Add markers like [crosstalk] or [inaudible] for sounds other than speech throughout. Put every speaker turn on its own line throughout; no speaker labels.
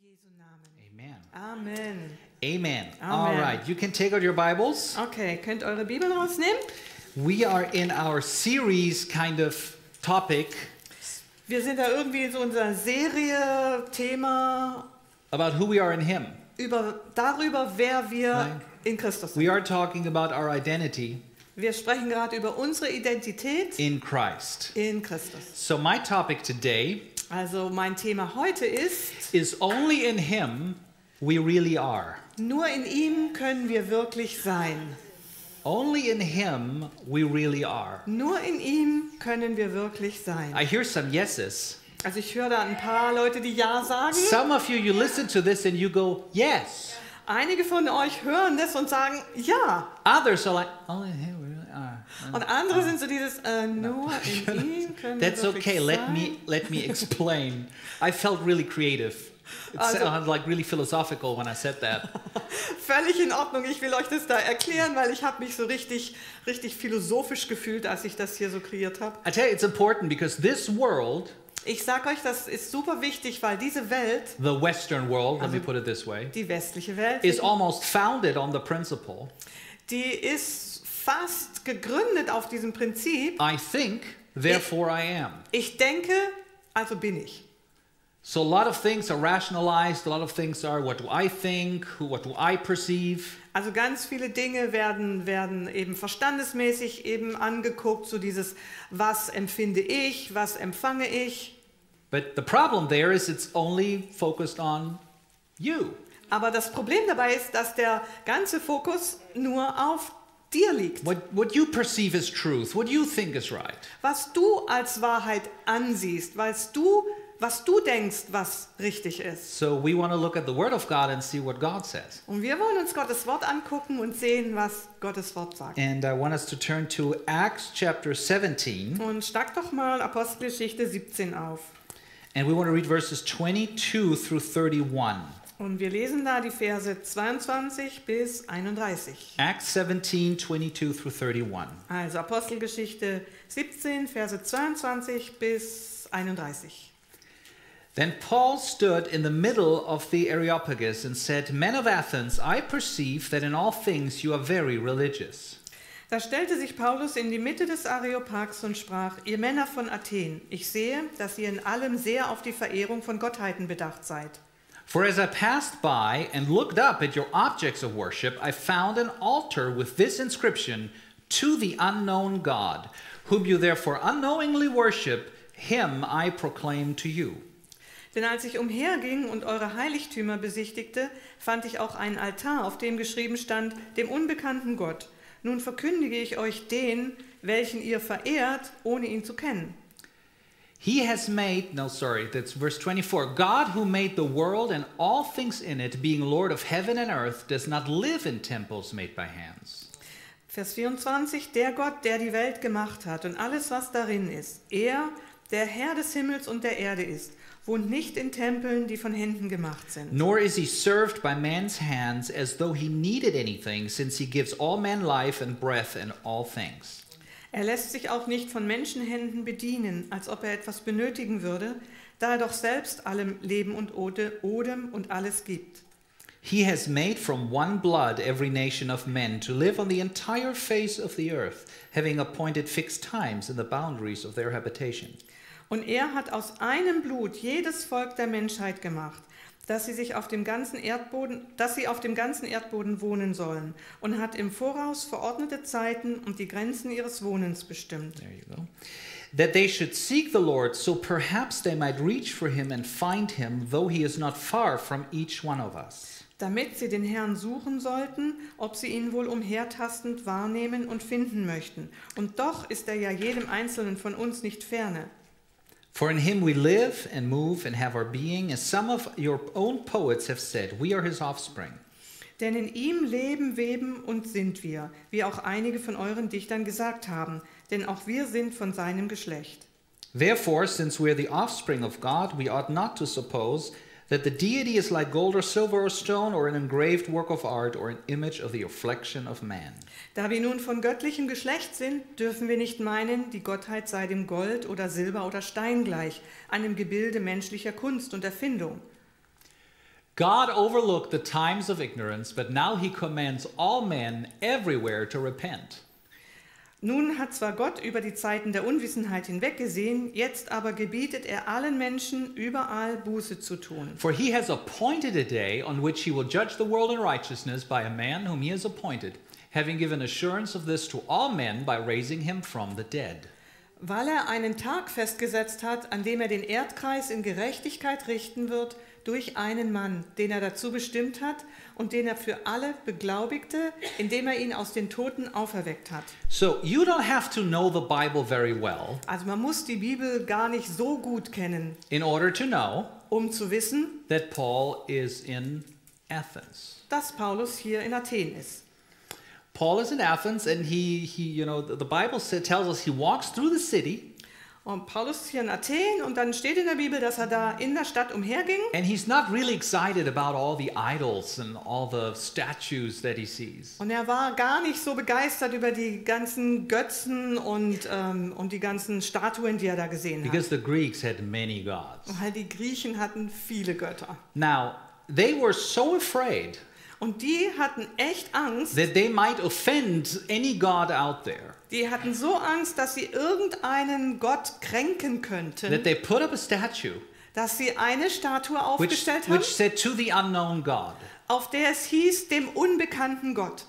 Jesu Namen.
Amen.
Amen.
Amen. All
Amen.
right, you can take out your Bibles.
Okay, könnt eure Bibel rausnehmen.
We are in our series kind of topic
Wir sind da irgendwie in so unserer Serie, Thema
about who we are in Him.
über, darüber, wer wir
Nein.
in Christus sind.
We are talking about our identity
Wir sprechen gerade über unsere Identität
in Christ.
in Christus.
So, my topic today
Also mein Thema heute ist,
is only in Him we really are.
nur in ihm können wir wirklich sein.
Only in Him we really are.
Nur in ihm können wir wirklich sein.
I hear some yeses.
Also ich höre da ein paar Leute, die Ja sagen.
Some of you, you listen to this and you go, yes.
Einige von euch hören das und sagen Ja.
Others are like, only in Him we really are.
Und andere sind so dieses, äh,
[laughs]
nur in ihm können wir
That's
wirklich
okay. Let
sein.
me let me explain. I felt really creative. It
Also-
sounded like really philosophical when I said that.
Völlig in Ordnung. Ich will euch das da erklären, weil ich habe mich so richtig, richtig philosophisch gefühlt, als ich das hier so kreiert habe.
I tell you, it's important because this world,
Ich sage euch, das ist super wichtig, weil diese Welt,
the Western world, let me
Also-
put it this way,
die westliche Welt,
is almost founded on the principle.
die ist fast gegründet auf diesem Prinzip.
I think, therefore I am.
Ich denke, also bin ich.
So a lot of things are rationalized. A lot of things are what do I think? Who? What do I perceive?
Also ganz viele Dinge werden, werden eben verstandesmäßig eben angeguckt, so dieses, was empfinde ich, was empfange ich.
But the problem there is it's only focused on you.
Aber das Problem dabei ist, dass der ganze Fokus nur auf dir liegt.
What what you perceive as truth. What you think is right.
Was du als Wahrheit ansiehst, was du, was du denkst, was richtig ist.
So we want to look at the Word of God and see what God says.
Und wir wollen uns Gottes Wort angucken und sehen, was Gottes Wort sagt.
And I want us to turn to Acts chapter 17,
Und schlag doch mal Apostelgeschichte 17 auf.
and we want to read verses 22 through 31.
Und wir lesen da die Verse 22 bis 31.
Acts 17, 22 through 31.
Also Apostelgeschichte 17, Verse 22 bis 31.
Then Paul stood in the middle of the Areopagus and said, Men of Athens, I perceive that in all things you are very religious.
Da stellte sich Paulus in die Mitte des Areopags und sprach, ihr Männer von Athen, ich sehe, dass ihr in allem sehr auf die Verehrung von Gottheiten bedacht seid.
For as I passed by and looked up at your objects of worship, I found an altar with this inscription To the unknown God, whom you therefore unknowingly worship, him I proclaim to you.
Denn als ich umherging und eure Heiligtümer besichtigte, fand ich auch einen Altar, auf dem geschrieben stand, dem unbekannten Gott. Nun verkündige ich euch den, welchen ihr verehrt, ohne ihn zu kennen.
He has made, no, sorry, that's verse 24. God, who made the world and all things in it, being Lord of heaven and earth, does not live in temples made by hands.
Vers 24, der Gott, der die Welt gemacht hat und alles, was darin ist, er, der Herr des Himmels und der Erde ist, wohnt nicht in Tempeln, die von Händen gemacht sind.
Nor is he served by man's hands as though he needed anything, since he gives all men life and breath and all things.
Er lässt sich auch nicht von Menschenhänden bedienen, als ob er etwas benötigen würde, da er doch selbst allem Leben und Ode, Odem und alles gibt.
He has made from one blood every nation of men to live on the entire face of the earth, having appointed fixed times and the boundaries of their habitation.
Und er hat aus einem Blut jedes Volk der Menschheit gemacht, dass sie sich auf dem ganzen Erdboden, dass sie auf dem ganzen Erdboden wohnen sollen und hat im Voraus verordnete Zeiten und die Grenzen ihres Wohnens bestimmt.
There you go. That they should seek the Lord, so perhaps they might reach for him and find him, though he is not far from each one of us.
damit sie den Herrn suchen sollten, ob sie ihn wohl umhertastend wahrnehmen und finden möchten. Und doch ist er ja jedem Einzelnen von uns nicht ferne.
For in him we live and move and have our being, as some of your own poets have said, we are his offspring.
Denn in ihm leben, weben und sind wir, wie auch einige von euren Dichtern gesagt haben, denn auch wir sind von seinem Geschlecht.
Therefore, since we are the offspring of God, we ought not to suppose that the deity is like gold or silver or stone or an engraved work of art or an image of the reflection of man.
Da wir nun von göttlichem Geschlecht sind, dürfen wir nicht meinen, die Gottheit sei dem Gold oder Silber oder Stein gleich, einem Gebilde menschlicher Kunst und Erfindung.
God overlooked the times of ignorance, but now he commands all men everywhere to repent.
Nun hat zwar Gott über die Zeiten der Unwissenheit hinweggesehen, jetzt aber gebietet er allen Menschen überall Buße zu tun.
For he has appointed a day on which he will judge the world in righteousness by a man whom he has appointed, having given assurance of this to all men by raising him from the dead.
Weil er einen Tag festgesetzt hat, an dem er den Erdkreis in Gerechtigkeit richten wird, durch einen Mann, den er dazu bestimmt hat und den er für alle beglaubigte, indem er ihn aus den Toten auferweckt hat.
So you don't have to know the Bible very well
Also man muss die Bibel gar nicht so gut kennen,
in order to know
um zu wissen,
that Paul is in Athens.
dass Paulus hier in Athen ist.
Paul is in Athens, and he, he you know, the, the Bible sa- tells us he walks through the city,
Und Paulus ist hier in Athen und dann steht in der Bibel, dass er da in der Stadt umherging
and he's not really excited about all the idols and all the statues that he sees.
und er war gar nicht so begeistert über die ganzen Götzen und, ähm, und die ganzen Statuen, die er da gesehen hat.
Because the Greeks had many gods.
Weil die Griechen hatten viele Götter.
Now, they were so afraid
Und die hatten echt Angst,
that they might offend any god out there
Die hatten so Angst, dass sie irgendeinen Gott kränken könnten,
that they put up a statue
dass sie eine Statue
which,
aufgestellt haben,
which said to the unknown god.
auf der es hieß, dem unbekannten Gott.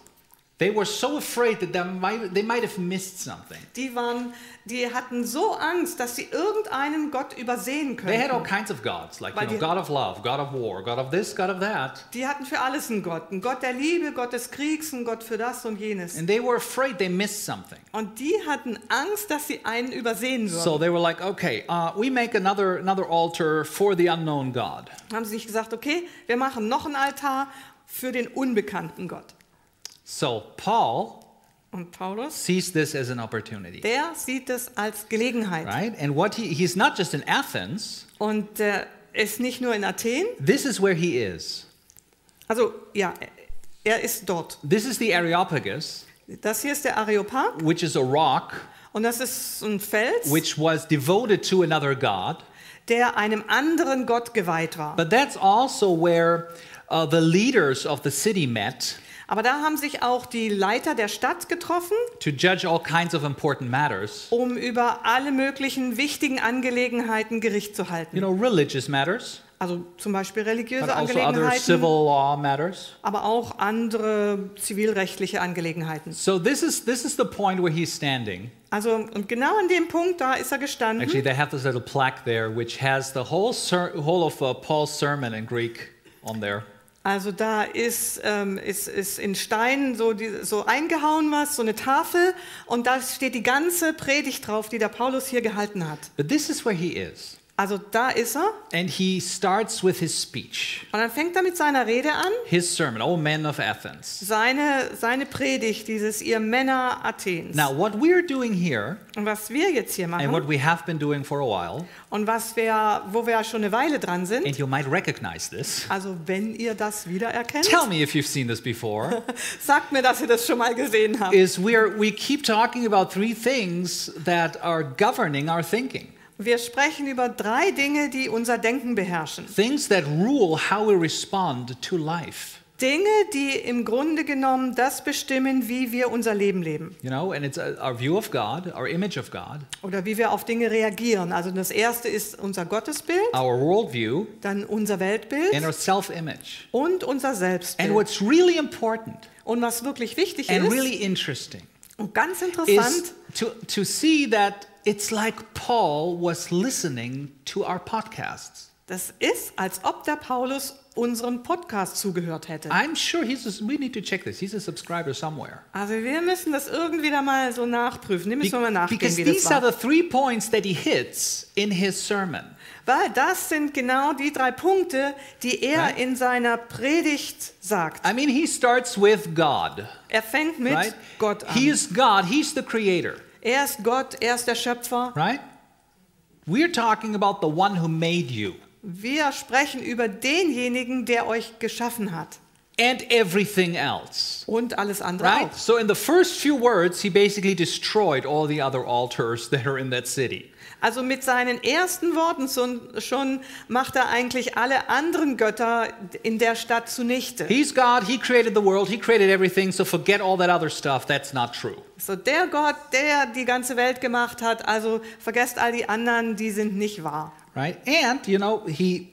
They were so afraid that they might, they might have missed something.
Die, waren, die hatten so Angst, dass sie irgendeinen Gott übersehen
They had all
könnten.
kinds of gods, like you
Weil
know,
die-
god of love, god of war, god of this, god of that,
Die hatten für alles einen Gott. Einen Gott der Liebe, Gott des Kriegs, einen Gott für das und jenes.
and they were afraid they missed something.
Und die hatten Angst, dass sie einen übersehen würden.
So they were like, okay, uh, we make another another altar for the unknown god.
Haben sie sich gesagt, okay, wir machen noch einen Altar für den unbekannten Gott.
So Paul
Und Paulus,
sees this as an opportunity,
der sieht es als Gelegenheit.
right? And what he, he's not just in Athens.
Und äh, ist nicht nur in Athen,
This is where he is.
also ja, er ist dort.
This is the Areopagus,
Das hier ist der Areopag
which is a rock
und das ist ein Fels,
which was devoted to another god.
der einem anderen Gott geweiht war.
But that's also where uh, the leaders of the city met
Aber da haben sich auch die Leiter der Stadt getroffen,
to judge all kinds of important matters.
um über alle möglichen wichtigen Angelegenheiten Gericht zu
You
halten.
know, religious matters,
Also zum Beispiel
but
religiöse
also other
Angelegenheiten,
civil law matters.
aber auch andere zivilrechtliche Angelegenheiten.
So this is this is the point where he's standing.
Also und genau an dem Punkt, da ist er gestanden.
Actually, they have this little plaque there which has the whole ser- whole of uh, Paul's sermon in Greek on there.
Also da ist, ähm, ist, ist in Stein so, die, so eingehauen was, so eine Tafel und da steht die ganze Predigt drauf, die der Paulus hier gehalten hat.
But this is where he is,
Also da ist er
and he starts with his speech.
und dann fängt er mit seiner Rede an,
his sermon, O men of Athens.
seine, seine Predigt, dieses ihr Männer Athens.
Now, what we're doing here,
Und was wir jetzt hier
and what
machen
we have been doing for a while,
und was wir, wo wir ja schon eine Weile dran sind,
and you might recognize this.
also wenn ihr das wiedererkennt,
Tell me if you've seen this before.
sagt mir, dass ihr das schon mal gesehen habt.
is we're we keep talking about three things that are governing our thinking,
Wir sprechen über drei Dinge, die unser Denken beherrschen.
things that rule how we respond to life.
Dinge, die im Grunde genommen das bestimmen, wie wir unser Leben leben
You know, and it's uh, our view of God, our image of God,
oder wie wir auf Dinge reagieren. Also das erste ist unser Gottesbild,
our worldview,
dann unser
and our
Weltbild
self-image.
und unser
And
Selbstbild.
what's really important
Und was wirklich wichtig
and
ist
really interesting
und ganz
is
interessant,
to, to see that it's like Paul was listening to our podcasts.
das ist, als ob der Paulus unseren Podcast zugehört hätte.
I'm sure he's a, we need to check this. He's a subscriber somewhere.
Also wir müssen das irgendwie da mal so nachprüfen. Dem müssen wir mal
Be- because
nachgehen, wie
these
das
are
war.
the three points that he hits in his sermon.
Weil das sind genau die drei Punkte, die er
Right.
in seiner Predigt sagt.
I mean, he starts with God,
Er fängt mit
right?
Gott an.
He is God. He's the creator,
Er ist Gott, er ist der Schöpfer.
right? We're talking about the one who made you
Wir sprechen über denjenigen, der euch geschaffen hat
and everything else.
und alles andere
Right?
auch.
So in the first few words, he basically destroyed all the other altars that are in that city.
Also mit seinen ersten Worten schon, schon macht er eigentlich alle anderen Götter in der Stadt zunichte.
He's God, He created the world, He created everything, so forget all that other stuff, that's not true.
So der Gott, der die ganze Welt gemacht hat, also vergesst all die anderen, die sind nicht wahr.
Right? And, you know, He,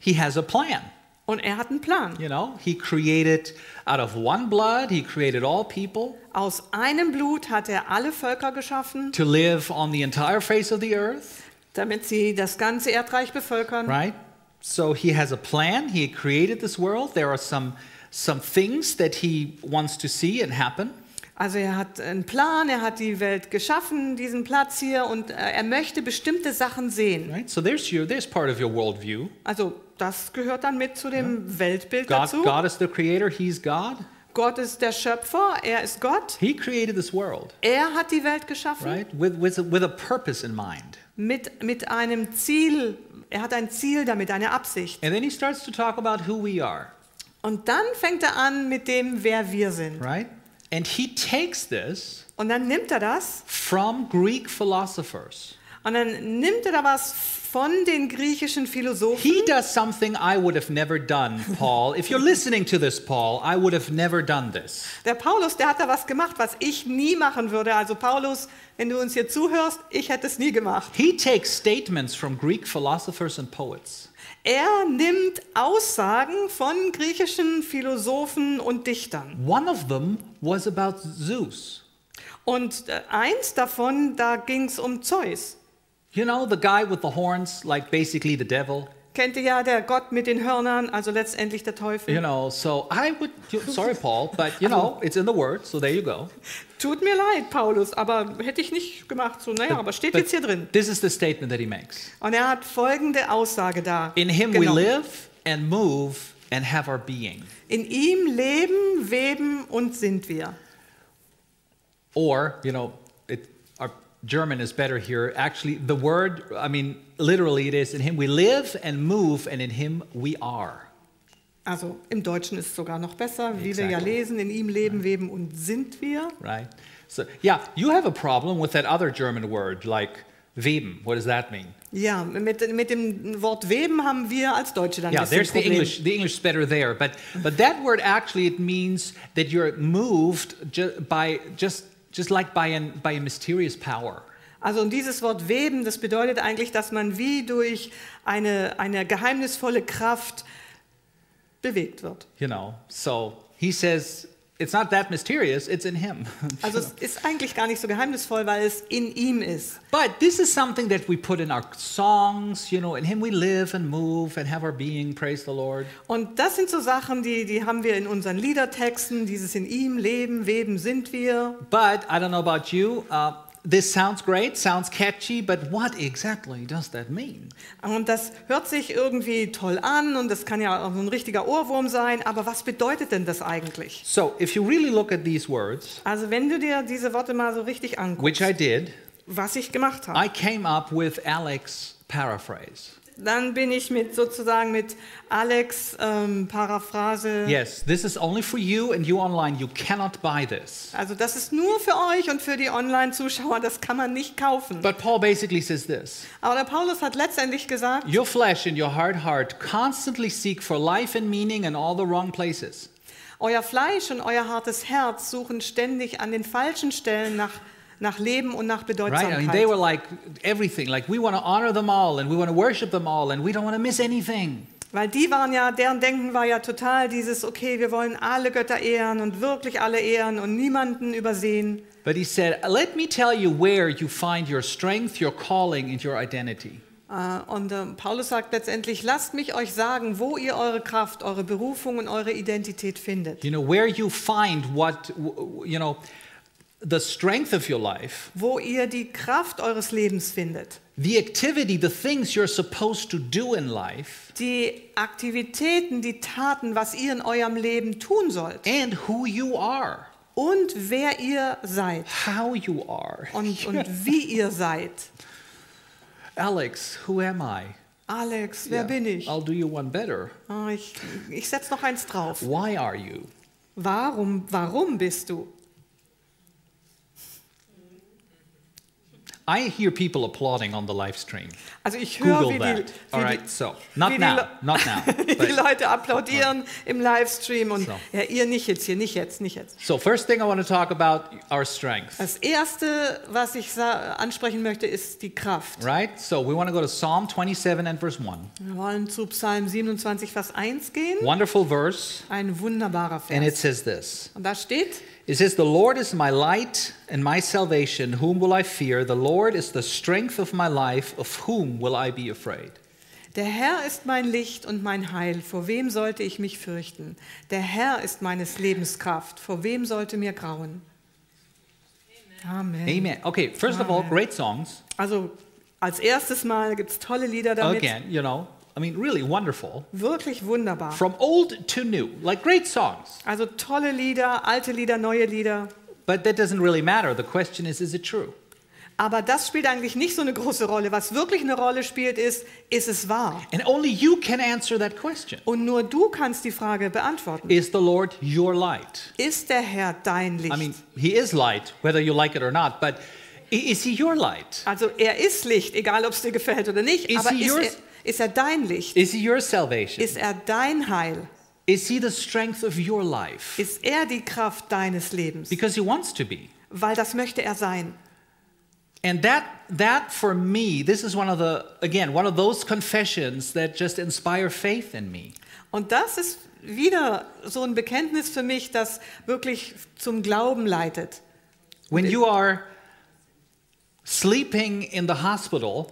he has a plan.
Und er hat einen Plan.
You know, He created out of one blood, He created all people
Aus einem Blut hat er alle Völker geschaffen,
to live on the entire face of the earth,
damit sie das ganze Erdreich bevölkern.
right? So He has a plan, He created this world, there are some, some things that He wants to see and happen.
Also er hat einen Plan, er hat die Welt geschaffen, diesen Platz hier, und äh, er möchte bestimmte Sachen sehen.
Right? So there's your there's part of your worldview.
Also das gehört dann mit zu dem Weltbild
God,
dazu.
God is the creator, he's God.
Gott ist der Schöpfer, er ist Gott.
He created this world,
Er hat die Welt geschaffen
right? With with a, with a purpose in mind.
mit, mit einem Ziel. Er hat ein Ziel damit, eine Absicht.
And then he starts to talk about who we are,
Und dann fängt er an mit dem, wer wir sind.
right? And he takes this
Und dann nimmt er das
from Greek philosophers.
und dann nimmt er da was von den griechischen Philosophen.
He does something I would have never done, Paul. If you're listening to this, Paul, I would have never done this.
Der Paulus, der hat da was gemacht, was ich nie machen würde. Also Paulus, wenn du uns hier zuhörst, ich hätte es nie gemacht.
He takes statements from Greek philosophers and poets
Er nimmt Aussagen von griechischen Philosophen und Dichtern.
One of them was about Zeus.
Und äh, eins davon, da ging es um Zeus.
You know, the guy with the horns, like basically the devil.
Kennt ihr ja der Gott mit den Hörnern, also letztendlich der Teufel.
You know, so I would. You, sorry, Paul, but you know, it's in the word, so there you go.
Tut mir leid, Paulus, aber hätte ich nicht gemacht. So, naja, aber steht
But
jetzt hier drin.
This is the statement that he makes
Und er hat folgende Aussage da.
In him we
genommen.
live and move and have our being.
In ihm leben, weben und sind wir.
Or, you know, it, our German is better here. Actually, the word, I mean, literally it is in him we live and move and in him we are.
Also im Deutschen ist es sogar noch besser, wie wir
Exactly.
ja lesen, in ihm leben, weben und sind wir.
Right? So, yeah, you have a problem with that other German word, like weben. What does that mean?
Ja, mit, mit dem Wort weben haben wir als Deutsche dann
Yeah,
ein bisschen
there's the
Problem.
English. The English is better there, but but that word actually it means that you're moved ju- by just just like by an by a mysterious power.
Also und dieses Wort weben, das bedeutet eigentlich, dass man wie durch eine, eine geheimnisvolle Kraft bewegt wird.
You know, so he says it's not that mysterious. It's in him. [laughs]
Also es ist eigentlich gar nicht so geheimnisvoll, weil es in ihm ist.
but this is something that we put in our songs. You know, in him we live and move and have our being. Praise the Lord.
Und das sind so Sachen, die, die haben wir in unseren Liedertexten, dieses in ihm, Leben, Weben sind wir.
But I don't know about you. Uh, this sounds great, sounds catchy, but what exactly does that mean?
Und das hört sich irgendwie toll an und das kann ja auch so ein richtiger Ohrwurm sein, aber was bedeutet denn das eigentlich?
So if you really look at these words,
Also wenn du dir diese Worte mal so richtig
which
anguckst,
I did.
was ich gemacht habe,
I came up with Alex paraphrase.
dann bin ich mit sozusagen mit Alex ähm, Paraphrase.
Yes, this is only for you and you online. You cannot buy this.
Also das ist nur für euch und für die Online-Zuschauer, das kann man nicht kaufen.
But Paul basically says this
Aber der Paulus hat letztendlich gesagt,
Your flesh and your hard heart constantly seek for life and meaning in all the wrong places.
euer Fleisch und euer hartes Herz suchen ständig an den falschen Stellen nach, nach Leben und nach
Right? I
Bedeutsamkeit.
mean, they were like everything. Like, we want to honor them all and we want to worship them all and we don't want to miss anything.
Weil die waren ja, deren Denken war ja total dieses, okay, wir wollen alle Götter ehren und wirklich alle ehren und niemanden übersehen.
But he said, Let me tell you where you find your strength, your calling, and your identity.
Äh, Und äh, Paulus sagt letztendlich, lasst mich euch sagen, wo ihr eure Kraft, eure Berufung und eure Identität findet.
You know, where you find what, w- w- you know, the strength of your life,
Wo ihr die Kraft eures Lebens findet.
the activity, the things you're supposed to do in life,
Die Aktivitäten, die Taten, was ihr in eurem Leben tun sollt.
and who you are,
Und wer ihr seid.
how you are.
Und, und wie ihr seid.
Alex, who am I?
Alex, wer
Yeah,
bin ich?
I'll do you one better.
Ah, ich? Ich setze noch eins drauf.
Why are you?
Warum, warum bist du?
I hear people applauding on the live stream.
Also ich höre,
Google
wie die,
that.
wie
All
die-
right, so
wie
not
die
now,
Le-
not
[laughs]
now.
wie die
but-
Leute applaudieren im Livestream und
So.
ja, ihr nicht jetzt, hier nicht jetzt, nicht jetzt.
So first thing I want to talk about our strength,
Das erste, was ich sa- ansprechen möchte, ist die Kraft.
right? So we want to go to Psalm 27 and verse 1.
Wir wollen zu Psalm 27, Vers 1 gehen.
Wonderful verse,
Ein wunderbarer
and it
Vers.
says this.
Und da steht,
It says, The Lord is my light and my salvation. Whom will I fear? The Lord is the strength of my life. Of whom will I be afraid?
Der Herr ist mein Licht und mein Heil, vor wem sollte ich mich fürchten? Der Herr ist meines Lebens Kraft, vor wem sollte mir grauen? Amen.
Amen. Okay, first of all, great songs.
Also als erstes Mal gibt es tolle Lieder damit.
Again, you know, I mean, really wonderful.
Wirklich wunderbar.
From old to new, like great songs.
Also tolle Lieder, alte Lieder, neue Lieder.
But that doesn't really matter. The question is, is it true?
Aber das spielt eigentlich nicht so eine große Rolle. Was wirklich eine Rolle spielt, ist, ist es wahr?
And only you can answer that question.
Und nur du kannst die Frage beantworten.
Is the Lord your light?
Ist der Herr dein Licht?
I mean, He is light, whether you like it or not, but i- is He your light?
Also er ist Licht, egal ob es dir gefällt oder nicht.
Is
aber
he
ist
yours?
er, ist er dein Licht?
Is He your salvation?
Ist er dein Heil?
Is He the strength of your life?
Ist er die Kraft deines Lebens?
because he wants to be
Weil das möchte er sein.
and that that for me this is one of the again one of those confessions that just inspire faith in me
Und das ist wieder so ein Bekenntnis für mich, das wirklich zum Glauben leitet.
when you are sleeping in the hospital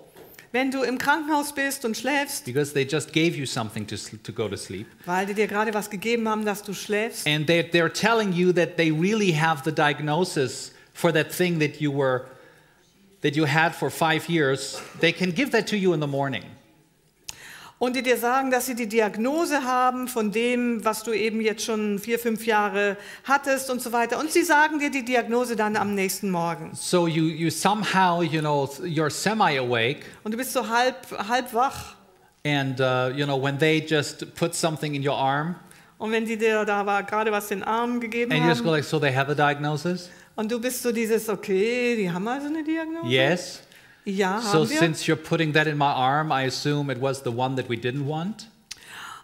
Wenn du im Krankenhaus bist und schläfst,
because they just gave you something to, sl- to go to sleep
weil die dir gerade was gegeben haben, dass du schläfst,
and they, they're telling you that they really have the diagnosis for that thing that you were that you had for five years they can give that to you in the morning
und die dir sagen, dass sie die Diagnose haben von dem, was du eben jetzt schon vier, fünf Jahre hattest und so weiter. Und sie sagen dir die Diagnose dann am nächsten Morgen.
so you you somehow you know you're semi awake
Und du bist so halb, halb wach.
And uh, you know when they just put something in your arm,
Und wenn die dir da war, gerade was den Armen gegeben
and you just go
haben.
like, "So they have a diagnosis?"
Und du bist so dieses, okay, die haben also eine Diagnose?
Yes.
Ja,
So
haben wir.
since you're putting that in my arm, I assume it was the one that we didn't want.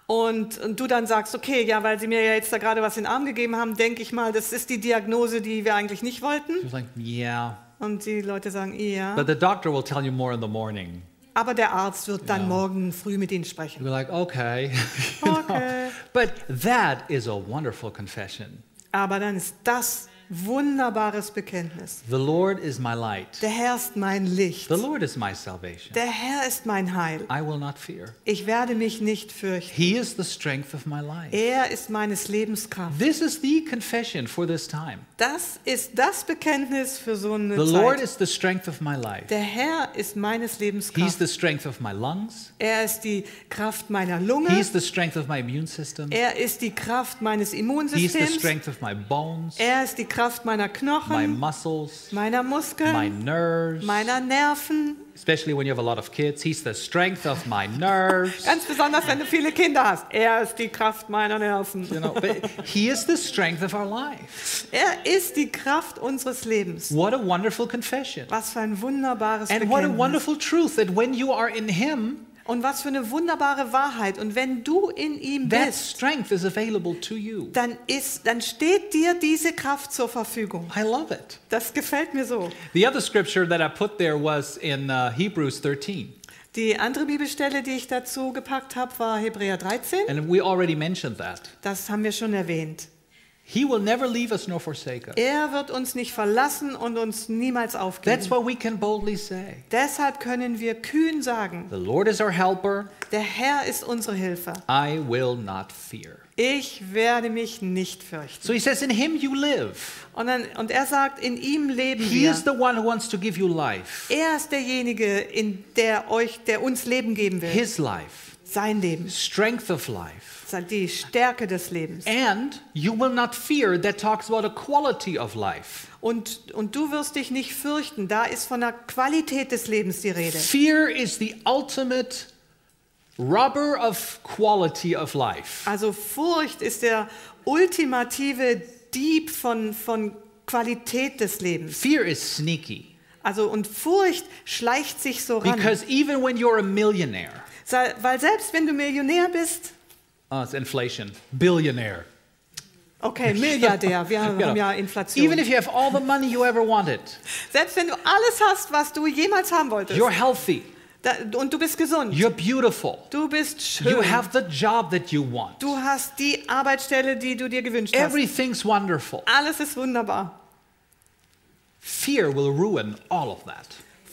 Und, und du dann sagst, okay, ja, weil sie mir ja jetzt da gerade was in den Arm gegeben haben, denke ich mal, das ist die Diagnose, die wir eigentlich nicht
She
wollten.
was like, "Yeah,"
Und die Leute sagen, ja.
but the doctor will tell you more in the morning.
Aber der Arzt wird dann morgen früh mit ihnen sprechen.
You're like, "Okay." [laughs] You know?
Okay.
But that is a wonderful confession.
Aber dann ist das wunderbares Bekenntnis.
The Lord is my light.
Der Herr ist mein Licht.
The Lord is my salvation.
Der Herr ist mein Heil.
I will not fear.
Ich werde mich nicht fürchten.
He is the strength of my life.
Er ist meines Lebens Kraft.
This is the confession for this time.
Das ist das Bekenntnis für so eine
The Lord
Zeit.
is the strength of my life.
Der Herr ist meines Lebens
He's
Kraft.
the strength of my lungs.
Er ist die Kraft meiner Lunge.
He's the strength of my immune system.
Er ist die Kraft meines
He's the
Immunsystems.
strength of my bones,
Er ist die Kraft meiner
my
Knochen,
muscles,
meiner
my
Muskeln,
nerves,
meiner Nerven.
especially when you have a lot of kids. He's the strength of my
[laughs]
nerves.
Ganz besonders, wenn du viele Kinder hast. Er ist die Kraft meiner Nerven.
You know, but he is the strength of our life.
Er ist die Kraft unseres Lebens.
What a wonderful confession.
Was für ein wunderbares
And what a
Bekenntnis.
wonderful truth that when you are in him,
Und was für eine wunderbare Wahrheit. Und wenn du in ihm
that
bist,
strength is available to you.
dann, ist, dann steht dir diese Kraft zur Verfügung.
I love it.
Das gefällt mir so.
The other scripture that I put there was in uh, Hebrews 13.
Die andere Bibelstelle, die ich dazu gepackt habe, war Hebräer 13.
And we already mentioned that.
Das haben wir schon erwähnt.
He will never leave us nor forsake us.
Er wird uns nicht verlassen und uns niemals
That's
aufgeben.
what we can boldly say.
Deshalb können wir kühn sagen,
The Lord is our helper.
der Herr ist unsere Hilfe.
I will not fear.
Ich werde mich nicht fürchten.
So he says, In him you live.
Und, dann, und er sagt, in ihm leben
He is
wir.
the one who wants to give you life,
Er ist derjenige, in der euch, der uns Leben geben will.
his life,
Sein Leben,
strength of life.
die Stärke des Lebens.
And you will not fear, that talks about a quality of life.
Und, und du wirst dich nicht fürchten. Da ist von der Qualität des Lebens die Rede.
Fear is the ultimate robber of quality of life.
Also Furcht ist der ultimative Dieb von, von Qualität des Lebens.
Fear is sneaky.
Also und Furcht schleicht sich so ran.
Because even when you're a millionaire,
Sa- Weil selbst wenn du Millionär bist,
uh, it's inflation, billionaire.
okay, Milliardär,
[laughs]
wir haben
Genau.
ja Inflation.
Even if you have all the money you ever wanted,
selbst wenn du alles hast, was du jemals haben wolltest,
you're healthy,
da, und du bist gesund,
you're beautiful,
du bist schön,
you have the job that you want,
du hast die Arbeitsstelle, die du dir gewünscht
everything's wonderful.
hast. Alles ist wunderbar.
Fear will ruin all of that.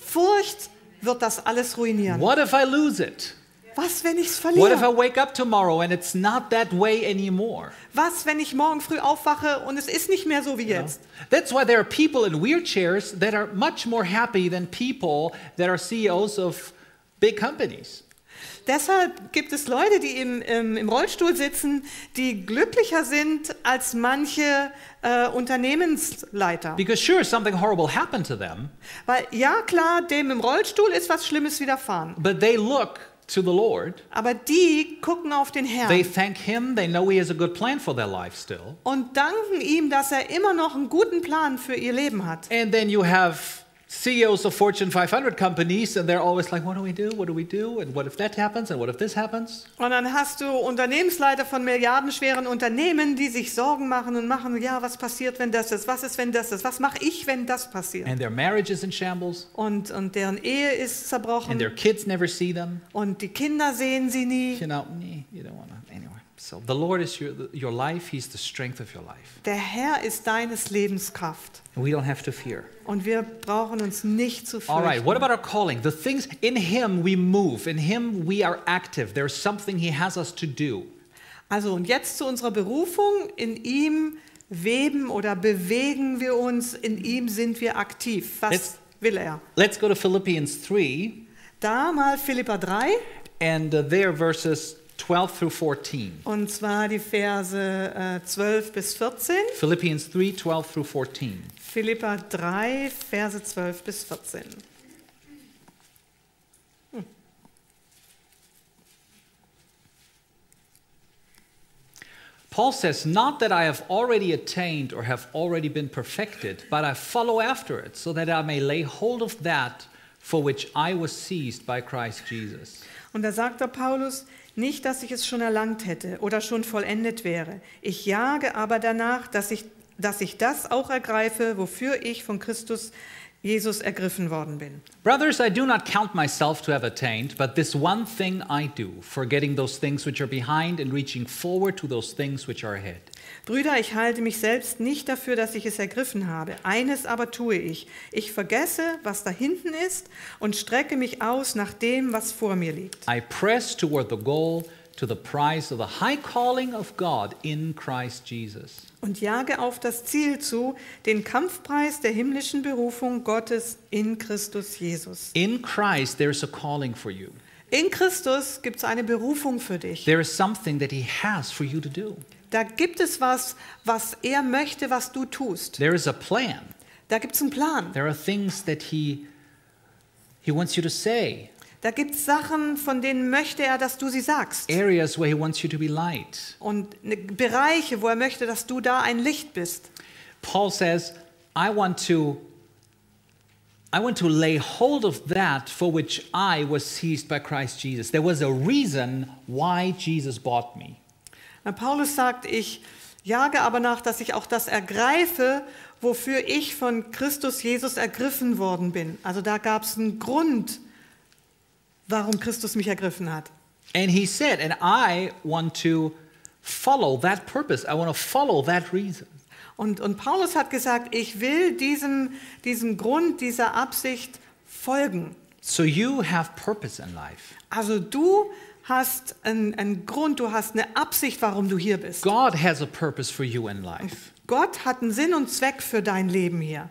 Furcht wird das alles ruinieren.
What if I lose it?
Was, wenn ich es
What if I
verliere?
wake up tomorrow and it's not that way anymore?
Was, wenn ich morgen früh aufwache und es ist nicht mehr so
Genau.
wie jetzt?
That's why there are people in wheelchairs that are much more happy than people that are CEOs of big companies.
Deshalb gibt es Leute, die im, im, im Rollstuhl sitzen, die glücklicher sind als manche äh, Unternehmensleiter.
Because sure, something horrible happened to them,
Weil ja klar, dem im Rollstuhl ist was Schlimmes widerfahren.
but they look to the Lord.
Aber die gucken auf den Herrn
They thank Him. They know He has a good plan for their life still.
und danken ihm, dass er immer noch einen guten Plan für ihr Leben hat.
And then you have CEOs of Fortune 500 companies, and they're always like, what do we do? What do we do? And what if that happens? And what if this happens?
Und dann hast du Unternehmensleiter von milliardenschweren Unternehmen, die sich Sorgen machen und machen, ja, was passiert, wenn das ist? Was ist, wenn das ist? Was mache ich, wenn das passiert?
And their marriage is in shambles,
Und, und deren Ehe ist
and their
zerbrochen
kids never see them.
und die Kinder sehen sie nie.
You know, meh, you don't want to. Anyway, so the Lord is your, your life. He's the strength of your life.
Der Herr ist deines Lebenskraft
We don't have to fear.
und wir brauchen uns nicht zu
All right,
fürchten.
what about our calling? The things in Him we move, in Him we are active. There's something He has us to do.
Also und jetzt zu unserer Berufung. In ihm weben oder bewegen wir uns, in ihm sind wir aktiv. Was
Jetzt-
will er?
Let's go to Philippians 3,
Da mal Philippa 3
and uh, there verses 12 through 14.
und zwar die Verse äh, 12 bis 14.
Philippians 3, 12 through 14.
Philippa 3, Verse 12 bis 14.
Paul says, Not that I have already attained or have already been perfected, but I follow after it, so that I may lay hold of that for which I was seized by Christ Jesus.
Und da sagt der Paulus, nicht, dass ich es schon erlangt hätte oder schon vollendet wäre. Ich jage aber danach, dass ich, dass ich das auch ergreife, wofür ich von Christus Jesus ergriffen worden bin.
Brothers, I do not count myself to have attained, but this one thing I do, forgetting those things which are behind and reaching forward to those things which are ahead.
Brüder, ich halte mich selbst nicht dafür, dass ich es ergriffen habe. Eines aber tue ich. Ich vergesse, was da hinten ist und strecke mich aus nach dem, was vor mir liegt.
I press toward the goal, to the prize of the high calling of God in Christ Jesus.
Und jage auf das Ziel zu, den Kampfpreis der himmlischen Berufung Gottes in Christus Jesus.
In Christ, there's a calling for you.
In Christus gibt es eine Berufung für dich.
There is something that He has for you to do.
Da gibt es was, was er möchte, was du tust.
There is a plan.
Da gibt es einen Plan.
There are things that He He wants you to say,
Da gibt es Sachen, von denen möchte er, dass du sie sagst.
areas where He wants you to be light.
Und ne- Bereiche, wo er möchte, dass du da ein Licht bist.
Paul says, I want to I want to lay hold of that for which I was seized by Christ Jesus. There was a reason why Jesus bought me.
Na, Paulus sagt, ich jage aber nach, dass ich auch das ergreife, wofür ich von Christus Jesus ergriffen worden bin. Also da gab es einen Grund, warum Christus mich ergriffen hat.
And he said, and I want to follow that purpose. I want to follow that reason.
Und, und Paulus hat gesagt, ich will diesem, diesem Grund, dieser Absicht folgen.
So you have purpose in life.
Also du hast einen, einen Grund, du hast eine Absicht, warum du hier bist.
God has a purpose for you in life.
Gott hat einen Sinn und Zweck für dein Leben hier.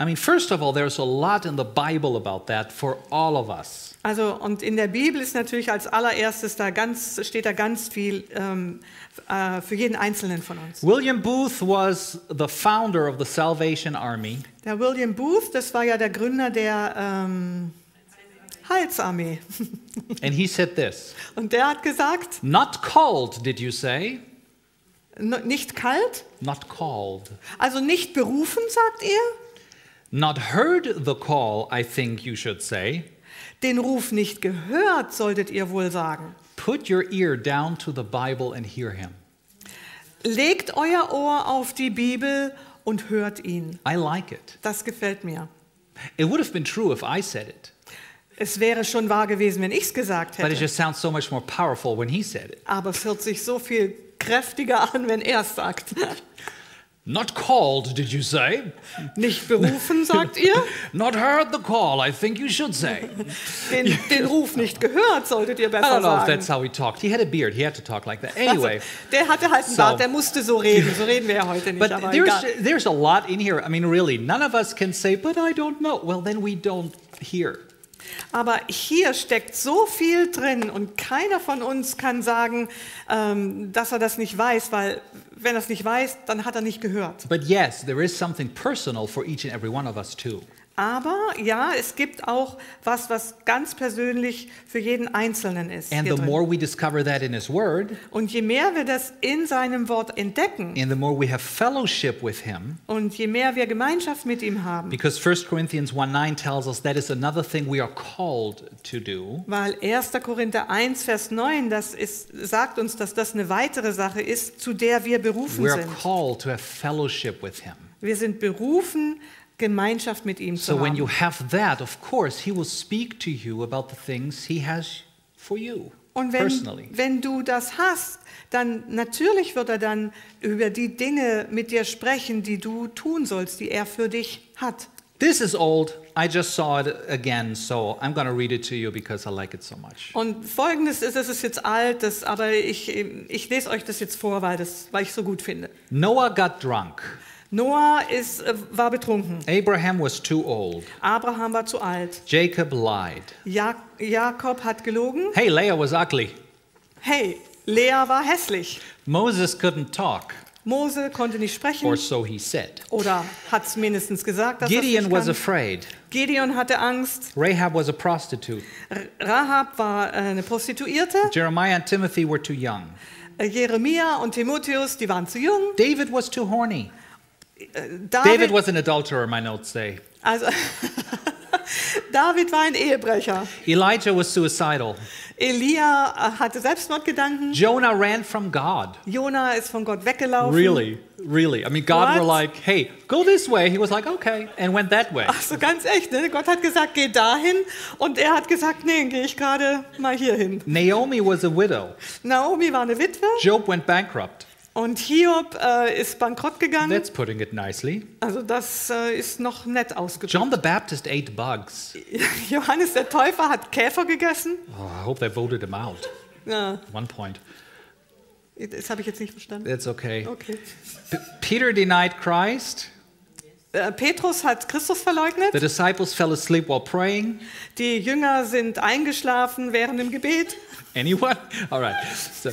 I mean, first of all, there's a lot in the Bible about that for all of us.
Also und in der Bibel ist natürlich als allererstes da ganz steht da ganz viel ähm, äh, für jeden einzelnen von uns.
William Booth was the founder of the Salvation Army.
Der William Booth, das war ja der Gründer der ähm, Heilsarmee [laughs]
And he said this
und der hat gesagt,
Not called, did you say?
"N- nicht kalt,
Not called.
also nicht berufen, sagt ihr?
Not heard the call, I think you should say.
Den Ruf nicht gehört, solltet ihr wohl sagen.
Put your ear down to the Bible and hear him.
Legt euer Ohr auf die Bibel und hört ihn.
I like it.
Das gefällt mir.
It would have been true if I said it,
Es wäre schon wahr gewesen, wenn ich es gesagt
but it
hätte.
just sounds so much more powerful when he said it.
Aber es hört sich so viel kräftiger an, wenn er es sagt.
Not called, did you say?
Nicht berufen, sagt ihr?
Not heard the call, I think you should say.
Den, den Ruf nicht gehört, solltet ihr
I
besser
don't know if
sagen.
that's how he talked. He had a beard, he had to talk like that. Anyway.
Der hatte halt einen
So.
Bart, der musste so reden. So reden wir ja heute nicht,
But
aber
there's,
egal.
there's a lot in here. I mean, really, none of us can say, but I don't know. Well, then we don't hear.
Aber hier steckt so viel drin und keiner von uns kann sagen, ähm, dass er das nicht weiß, weil wenn er es nicht weiß, dann hat er nicht gehört.
But yes, there is something personal for each and every one of us, too.
Aber ja, es gibt auch was, was ganz persönlich für jeden Einzelnen ist.
And
hier
the
drin.
more we discover that in His Word,
Und je mehr wir das in seinem Wort entdecken
and the more we have fellowship with Him,
und je mehr wir Gemeinschaft mit ihm haben,
because 1 Corinthians 1 9 tells us that is another thing we are called to do.
weil 1. Korinther 1, Vers 9, das ist, sagt uns, dass das eine weitere Sache ist, zu der wir berufen
We are
sind.
called to have fellowship with Him.
Wir sind berufen, Gemeinschaft mit ihm
So
zu
when you
haben.
have that, of course, He will speak to you about the things He has for you
Und
personally.
wenn, wenn du das hast, dann natürlich wird er dann über die Dinge mit dir sprechen, die du tun sollst, die er für dich hat.
This is old. I just saw it again, so I'm going to read it to you because I like it so much.
Und folgendes ist, es ist jetzt alt, das, aber ich, ich lese euch das jetzt vor, weil, das, weil ich es so gut finde.
Noah got drunk.
Noah ist, äh, war betrunken,
Abraham was too old.
Abraham war zu alt,
Jacob lied.
ja Jakob hat gelogen,
Hey, Leah was ugly.
hey, Lea war hässlich,
Moses couldn't talk,
Mose konnte nicht
or
sprechen
so he said.
oder hat es mindestens gesagt, dass er's
Gideon
nicht
was
kann.
afraid.
Gideon hatte Angst,
Rahab was a prostitute.
R- Rahab war äh, eine Prostituierte,
Jeremiah and Timothy were too young.
äh, Jeremia und Timotheus, die waren zu jung,
David was too horny.
äh,
David
David,
was an adulterer, my notes say.
also, [laughs] David war ein Ehebrecher.
Elijah was suicidal.
Elia äh, hatte Selbstmordgedanken.
Jonah ran from God.
Jona ist von Gott weggelaufen.
Really, really. I mean, God were
What?
like, hey, go this way. He was like, okay, and went that way.
Ach so, ganz echt, ne? Gott hat gesagt, geh dahin. Und er hat gesagt, nee, gehe ich gerade mal hier hin.
Naomi was a widow.
Naomi war eine Witwe
Job went bankrupt.
und Hiob äh, ist bankrott gegangen.
That's putting it nicely.
also das äh, ist noch nett ausgedrückt. [laughs]
John the Baptist ate bugs.
Johannes der Täufer hat Käfer gegessen.
Oh, I hope they voted him out.
Ja,
One point.
das habe ich jetzt nicht verstanden.
That's okay.
Okay.
P- Peter denied Christ.
Äh, Petrus hat Christus verleugnet.
The disciples fell asleep while praying. [laughs]
Die Jünger sind eingeschlafen während dem Gebet. [laughs]
Anyone? All right. So,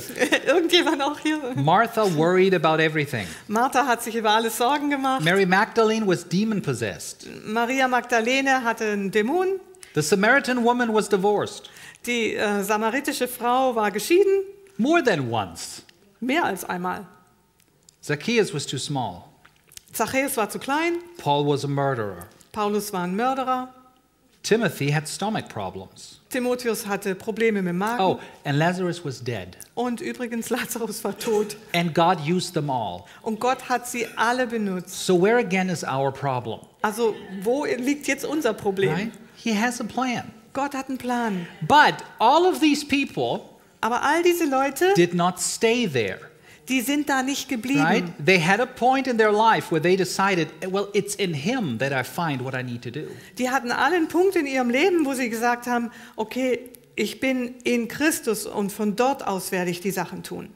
Irgendjemand auch hier?
Martha worried about everything.
Martha hat sich über alles Sorgen gemacht.
Mary Magdalene was demon possessed.
Maria Magdalene hatte einen Dämon.
The Samaritan woman was divorced
Die äh, samaritische Frau war geschieden.
more than once.
Mehr als einmal.
Zacchaeus was too small.
Zachäus war zu klein.
Paul was a murderer.
Paulus war ein Mörderer.
Timothy had stomach problems.
Timotheus hatte Probleme mit dem Magen.
Oh, and Lazarus was dead.
Und übrigens, Lazarus war tot.
And God used them all.
Und Gott hat sie alle benutzt.
So, where again is our problem?
Also, wo liegt jetzt unser Problem?
Right? He has a plan.
Gott hat einen Plan.
But all of these people
Aber all diese Leute,
did not stay there.
die sind da nicht geblieben.
Right? They had a point in their life where they decided, well, it's in Him that I find what I need to do.
Die hatten alle einen Punkt in ihrem Leben, wo sie gesagt haben, okay, ich bin in Christus und von dort aus werde ich die Sachen tun.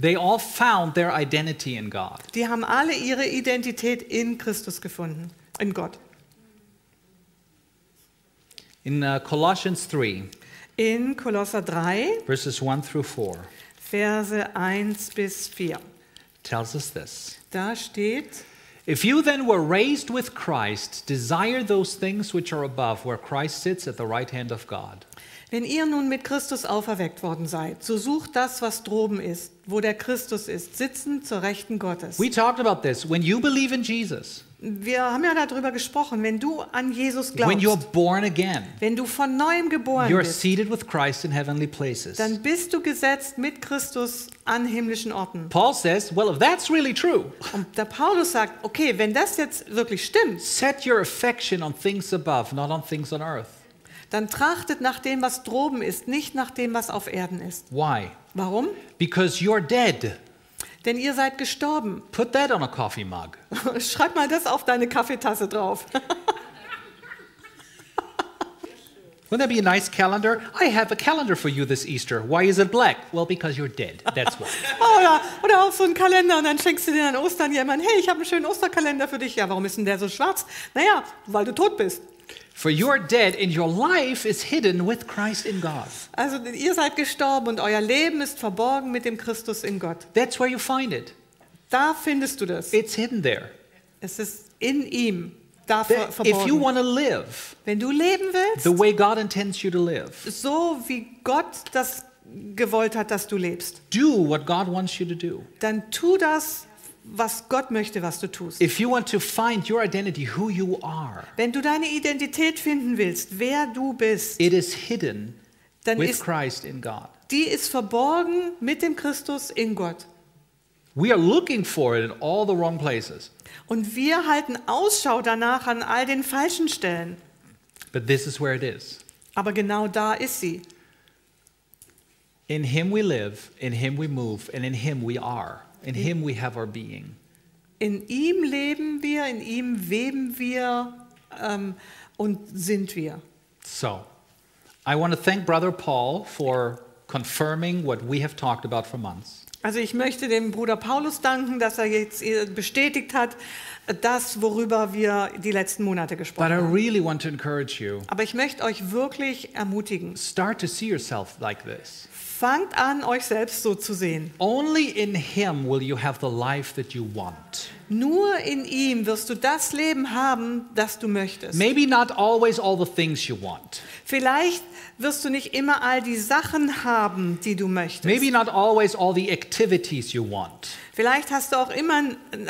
They all found their identity in God.
Die haben alle ihre Identität in Christus gefunden, in Gott.
In uh, Colossians 3,
In Kolosser 3,
verses 1 through 4,
Verse 1 bis 4.
tells us this.
Da steht,
If you then were raised with Christ, desire those things which are above, where Christ sits at the right hand of God.
Wenn ihr nun mit Christus auferweckt worden seid, so sucht das, was droben ist, wo der Christus ist, sitzend zur Rechten Gottes.
We talked about this. When you believe in Jesus,
Wir haben ja darüber gesprochen, wenn du an Jesus
when you're
glaubst,
born again,
wenn du von neuem geboren
you're
bist,
seated with Christ in heavenly places.
dann bist du gesetzt mit Christus an himmlischen Orten.
Paul says, well, if that's really true,
Und der Paulus sagt, okay, wenn das jetzt wirklich stimmt,
set your affection on things above, not on things on earth.
dann trachtet nach dem, was droben ist, nicht nach dem, was auf Erden ist.
Why?
Warum?
Because you're dead.
Denn ihr seid gestorben. [laughs]
Put that on a coffee mug.
Schreib mal das auf deine Kaffeetasse drauf. [laughs]
Wouldn't that be a nice calendar? I have a calendar for you this Easter. Why is it black? Well, because you're dead. That's why.
Oder, oder auf so einen Kalender und dann schenkst du den an Ostern jemandem, hey, ich habe einen schönen Osterkalender für dich. Ja, warum ist denn der so schwarz? Naja, weil du tot bist.
for you're dead, and your life is hidden with Christ in God.
Also ihr seid gestorben und euer Leben ist verborgen mit dem Christus in Gott.
That's where you find it.
Da findest du das.
It's hidden there.
Es ist in ihm, da ver
That- if you
verborgen.
want to live
Wenn du leben
the
willst,
way God intends you to live,
so wie Gott das gewollt hat, dass du lebst,
do what God wants you to do.
dann tu das, was Gott möchte, was du tust.
If you want to find your identity, who you are,
Wenn du deine Identität finden willst, wer du bist,
it is hidden
dann
with
ist
Christ in God.
die ist verborgen mit dem Christus in Gott.
We are looking for it in all the wrong places.
Und wir halten Ausschau danach an all den falschen Stellen.
But this is where it is.
Aber genau da ist sie.
In Him we live, in Him we move, and in Him we are. In Him we have our being.
In ihm leben wir, in ihm weben wir ähm, und sind wir.
So, I want to thank Brother Paul for confirming what we have talked about for months.
Also ich möchte dem Bruder Paulus danken, dass er jetzt ihr bestätigt hat, äh, das, worüber wir die letzten Monate
But
gesprochen
I
haben.
really want to encourage you
Aber ich möchte euch wirklich ermutigen.
start to see yourself like this.
Fangt an, euch selbst so zu sehen.
Only in Him will you have the life that you want.
Nur in ihm wirst du das Leben haben, das du möchtest.
Maybe not always all the things you want.
Vielleicht wirst du nicht immer all die Sachen haben, die du möchtest.
Maybe not always all the activities you want.
Vielleicht hast du auch immer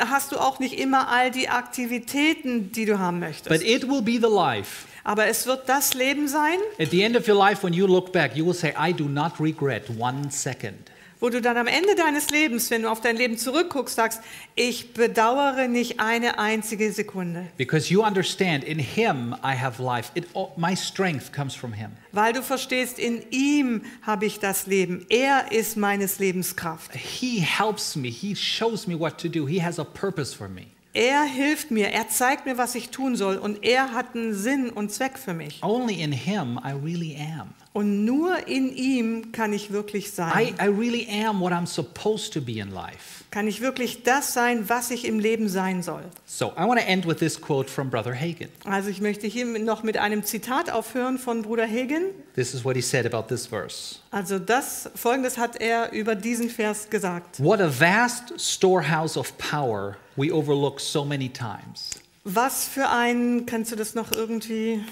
hast du auch nicht immer all die Aktivitäten, die du haben
But
möchtest.
it will be the life.
Aber es wird das Leben sein,
At the end of your life, when you look back, you will say, I do not regret one second.
wo du dann am Ende deines Lebens, wenn du auf dein Leben zurückguckst, sagst, ich bedauere nicht eine einzige Sekunde,
Because you understand, in Him I have life. It, all, my strength comes from Him.
weil du verstehst, in ihm habe ich das Leben. Er ist meines Lebens Kraft.
He helps me. He shows me what to do. He has a purpose for me.
Er hilft mir, er zeigt mir, was ich tun soll und er hat einen Sinn und Zweck für mich.
Only in Him I really am.
Und nur in ihm kann ich wirklich sein.
I, I really am what I'm supposed to be in life.
Kann ich wirklich das sein, was ich im Leben sein soll.
So I want to end with this quote from Brother Hagen.
Also ich möchte hier noch mit einem Zitat aufhören von Bruder Hegen.
This is what he said about this verse.
Also das, folgendes hat er über diesen Vers gesagt.
What a vast storehouse of power we overlook so many times.
Was für ein, kannst du das noch irgendwie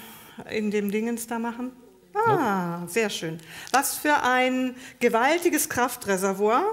in dem Dingens da machen? Ah, sehr schön. Was für ein gewaltiges Kraftreservoir,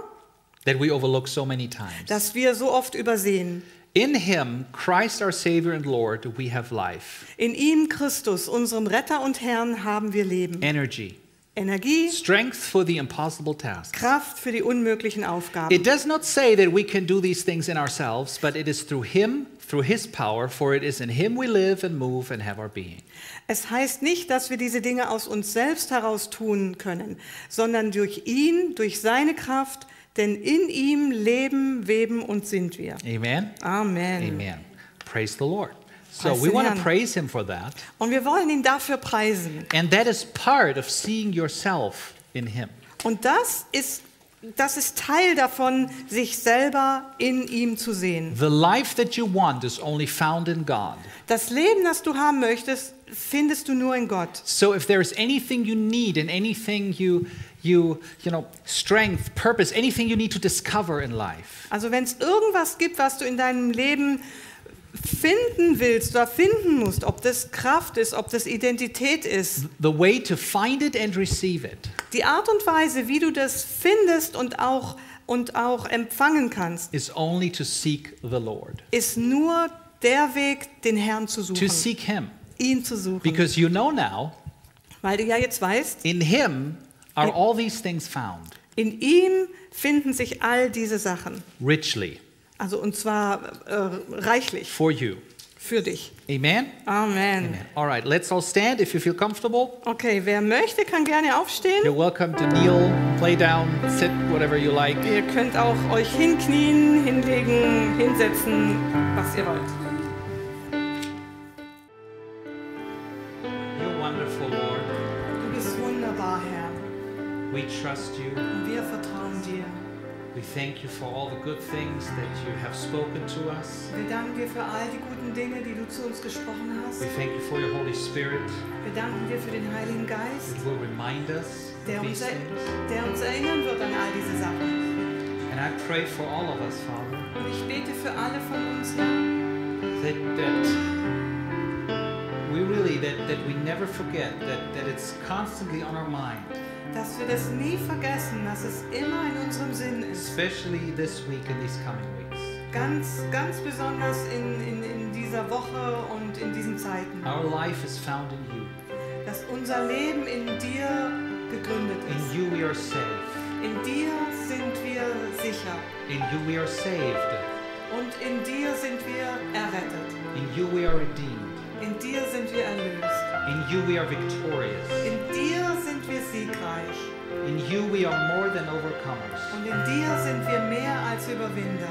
that we overlook so many times.
das wir so oft übersehen.
in him, Christ our Savior and Lord, we have life,
In ihm, Christus, unserem Retter und Herrn, haben wir Leben,
energy,
Energie,
strength for the impossible task.
Kraft für die unmöglichen Aufgaben.
It does not say that we can do these things in ourselves, but it is through him, through his power, for it is in him we live and move and have our being.
Es heißt nicht, dass wir diese Dinge aus uns selbst heraus tun können, sondern durch ihn, durch seine Kraft, denn in ihm leben, weben und sind wir.
Amen.
Amen.
Amen. Praise the Lord. So
Praise
we
the
want
Herrn.
to praise him for that,
Und wir wollen ihn dafür preisen.
and that is part of seeing yourself in him.
Und das ist, das ist Teil davon, sich selber in ihm zu sehen.
The life that you want is only found in God.
Das Leben, das du haben möchtest, findest du nur in Gott.
So if there's anything you need and anything you you you know strength, purpose, anything you need to discover in life,
Also wenn es irgendwas gibt, was du in deinem Leben finden willst oder finden musst, ob das Kraft ist, ob das Identität ist,
The way to find it and receive it
die Art und Weise, wie du das findest und auch, und auch empfangen kannst,
is only to seek the Lord,
ist nur der Weg, den Herrn zu
to
suchen,
seek Him.
ihn zu suchen.
Because you know now,
Weil du ja jetzt weißt,
in Him are all these things found
in ihm finden sich all diese Sachen.
richly
Also und zwar äh, reichlich
for you.
für dich.
Amen?
Amen.
Amen. All right, let's all stand if you feel comfortable.
Okay, wer möchte, kann gerne aufstehen.
You're welcome to kneel, play down, sit, whatever you like.
Ihr könnt auch euch hinknien, hinlegen, hinsetzen, was ihr wollt.
You're wonderful, Lord.
Du bist wunderbar, Herr.
We trust you.
Und wir vertrauen dir.
We thank you for all the good things that you have spoken to us.
Wir danken dir für all die guten Dinge, die du zu uns gesprochen hast.
We thank you for your Holy Spirit.
Wir danken dir für den Heiligen Geist,
It will remind us
der
of
uns,
these
er,
things.
der uns erinnern wird an all diese Sachen.
And I pray for all of us, Father,
Und ich bete für alle von uns, Herr,
that, that we really, that, that we never forget, that, that it's constantly on our mind,
dass wir das nie vergessen, dass es immer in unserem Sinn ist.
especially this week and these coming weeks.
Ganz, ganz besonders in, in, in dieser Woche und in diesen Zeiten.
Our life is found in you.
dass unser Leben in dir gegründet
In
ist.
you we are safe.
In dir sind wir sicher
In you we are saved.
und in dir sind wir errettet.
In you we are redeemed.
In dir sind wir erlöst.
In you we are victorious.
In dir sind wir siegreich
In you we are more than overcomers.
und in dir sind wir mehr als Überwinder.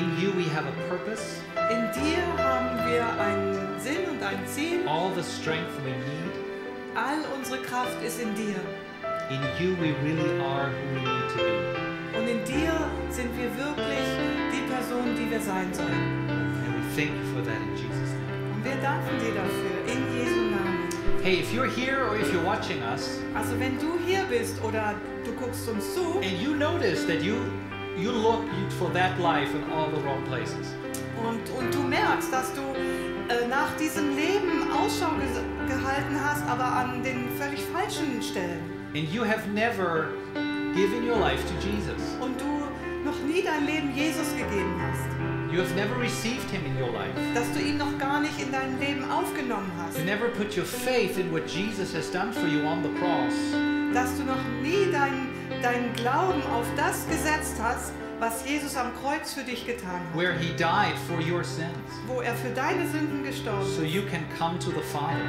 In you we have a purpose,
In dir haben wir einen Sinn und ein Ziel.
all the strength we need.
All unsere Kraft ist in dir
In you we really are who we need to be.
und in dir sind wir wirklich die Person, die wir sein sollen.
And we thank you for that in Jesus' name.
Und wir danken dir dafür in Jesu Namen.
Hey, if you're here or if you're watching us
Also wenn du hier bist oder du guckst uns zu
and you notice that you you look for that life in all the wrong places,
und, und du merkst, dass du äh, nach diesem Leben Ausschau ge gehalten hast, aber an den völlig falschen Stellen
and you have never given your life to Jesus,
und du noch nie dein Leben Jesus gegeben hast,
you have never received him in your life.
dass du ihn noch gar nicht in dein Leben aufgenommen hast,
You never put your faith in what Jesus has done for you on the cross.
dass du noch nie deinen dein Glauben auf das gesetzt hast, was Jesus am Kreuz für dich getan hat,
where he died for your sins
wo er für deine Sünden gestorben
so
ist,
you can come to the father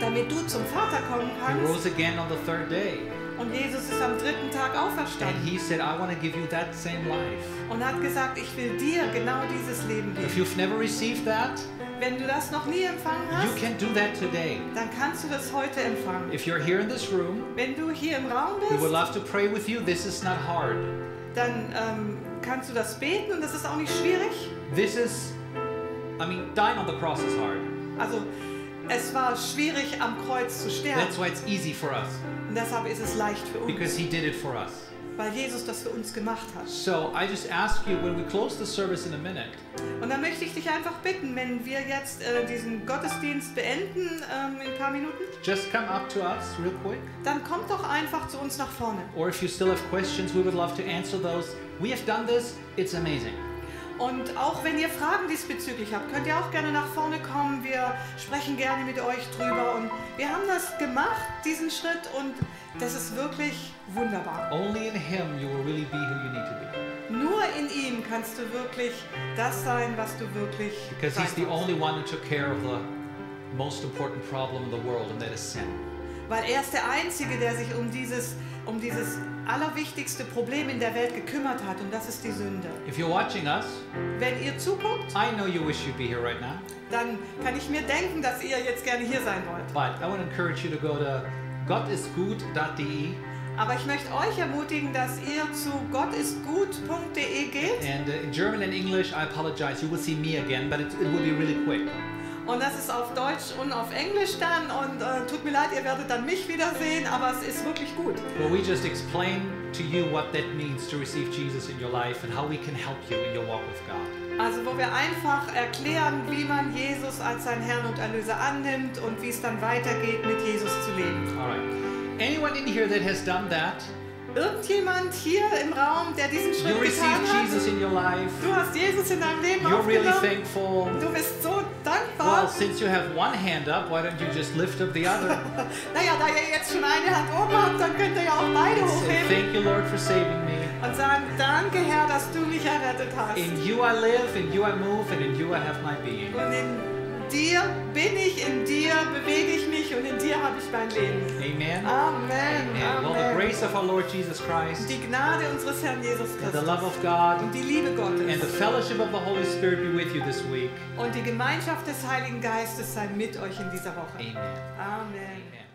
damit du zum Vater kommen
he
kannst.
rose again on the third day
Und Jesus ist am dritten Tag
and
auferstanden
he said i want to give you that same life
und hat gesagt, ich will dir genau dieses Leben
if
geben.
you've never received that
Wenn du das noch nie empfangen
you
hast,
can do that today
dann kannst du das heute empfangen.
if you're here in this room
Wenn du hier im Raum
we would
bist,
love to pray with you this is not hard
dann ähm, kannst du das beten und das ist auch nicht schwierig.
this is i mean dying on the cross is hard
Also es war schwierig, am Kreuz zu sterben
that's why it's easy for us
und deshalb ist es leicht für uns,
because he did it for us
weil Jesus das für uns gemacht hat.
so i just ask you when we close the service in a minute
Und dann möchte ich dich einfach bitten, wenn wir jetzt äh, diesen Gottesdienst beenden ähm, in ein paar Minuten,
just come up to us real quick
dann kommt doch einfach zu uns nach vorne.
or if you still have questions, we would love to answer those. We have done this, it's amazing.
Und auch wenn ihr Fragen diesbezüglich habt, könnt ihr auch gerne nach vorne kommen. Wir sprechen gerne mit euch drüber. Und wir haben das gemacht, diesen Schritt. Und das ist wirklich wunderbar.
Only in Him you will really be who you need to
Nur in ihm kannst du wirklich das sein, was du wirklich
be. Because
sein
He's the
kannst.
only one who took care of the most important problem in the world, and that is sin.
Weil er ist der Einzige, der sich um dieses, um dieses allerwichtigste Problem in der Welt gekümmert hat. Und das ist die Sünde.
If you're watching us,
Wenn ihr zuguckt,
I know you wish you'd be here right now,
dann kann ich mir denken, dass ihr jetzt gerne hier sein wollt.
but I want to encourage you to go to gottisgut.de
Aber ich möchte euch ermutigen, dass ihr zu gottistgut.de geht.
and uh, in German and English, I apologize, you will see me again, but it, it will be really quick.
Und das ist auf Deutsch und auf Englisch dann. Und äh, tut mir leid, ihr werdet dann mich wiedersehen, aber es ist wirklich gut.
But we just explain to you what that means to receive Jesus in your life and how we can help you in your walk with God.
Also wo wir einfach erklären, wie man Jesus als seinen Herrn und Erlöser annimmt und wie es dann weitergeht, mit Jesus zu leben.
All right. Anyone in here that has done that,
Irgendjemand hier im Raum, der diesen
you
Schritt
received
getan hat,
Jesus in your life,
du hast Jesus in deinem Leben
you're really
aufgenommen,
thankful.
du bist so
Well,
dankbar.
since you have one hand up, why don't you just lift up the other?
Naja, da ihr jetzt schon eine Hand oben habt, dann könnt ihr ja auch beide
Say,
hochheben
Thank you, Lord, for saving me.
und sagen, danke Herr, dass du mich errettet hast.
In you I live, in you I move, and in you I have my being.
Und in dir bin ich, in dir bewege ich mich und in dir habe ich mein Leben.
Amen.
Amen.
And well, the
Amen.
grace of our Lord Jesus Christ,
Die Gnade unseres Herrn Jesus
and the
Christus
love of God,
und die Liebe
and the
Gottes
fellowship of the Holy Spirit be with you this week.
und die Gemeinschaft des Heiligen Geistes sei mit euch in dieser Woche.
Amen.
Amen.
Amen.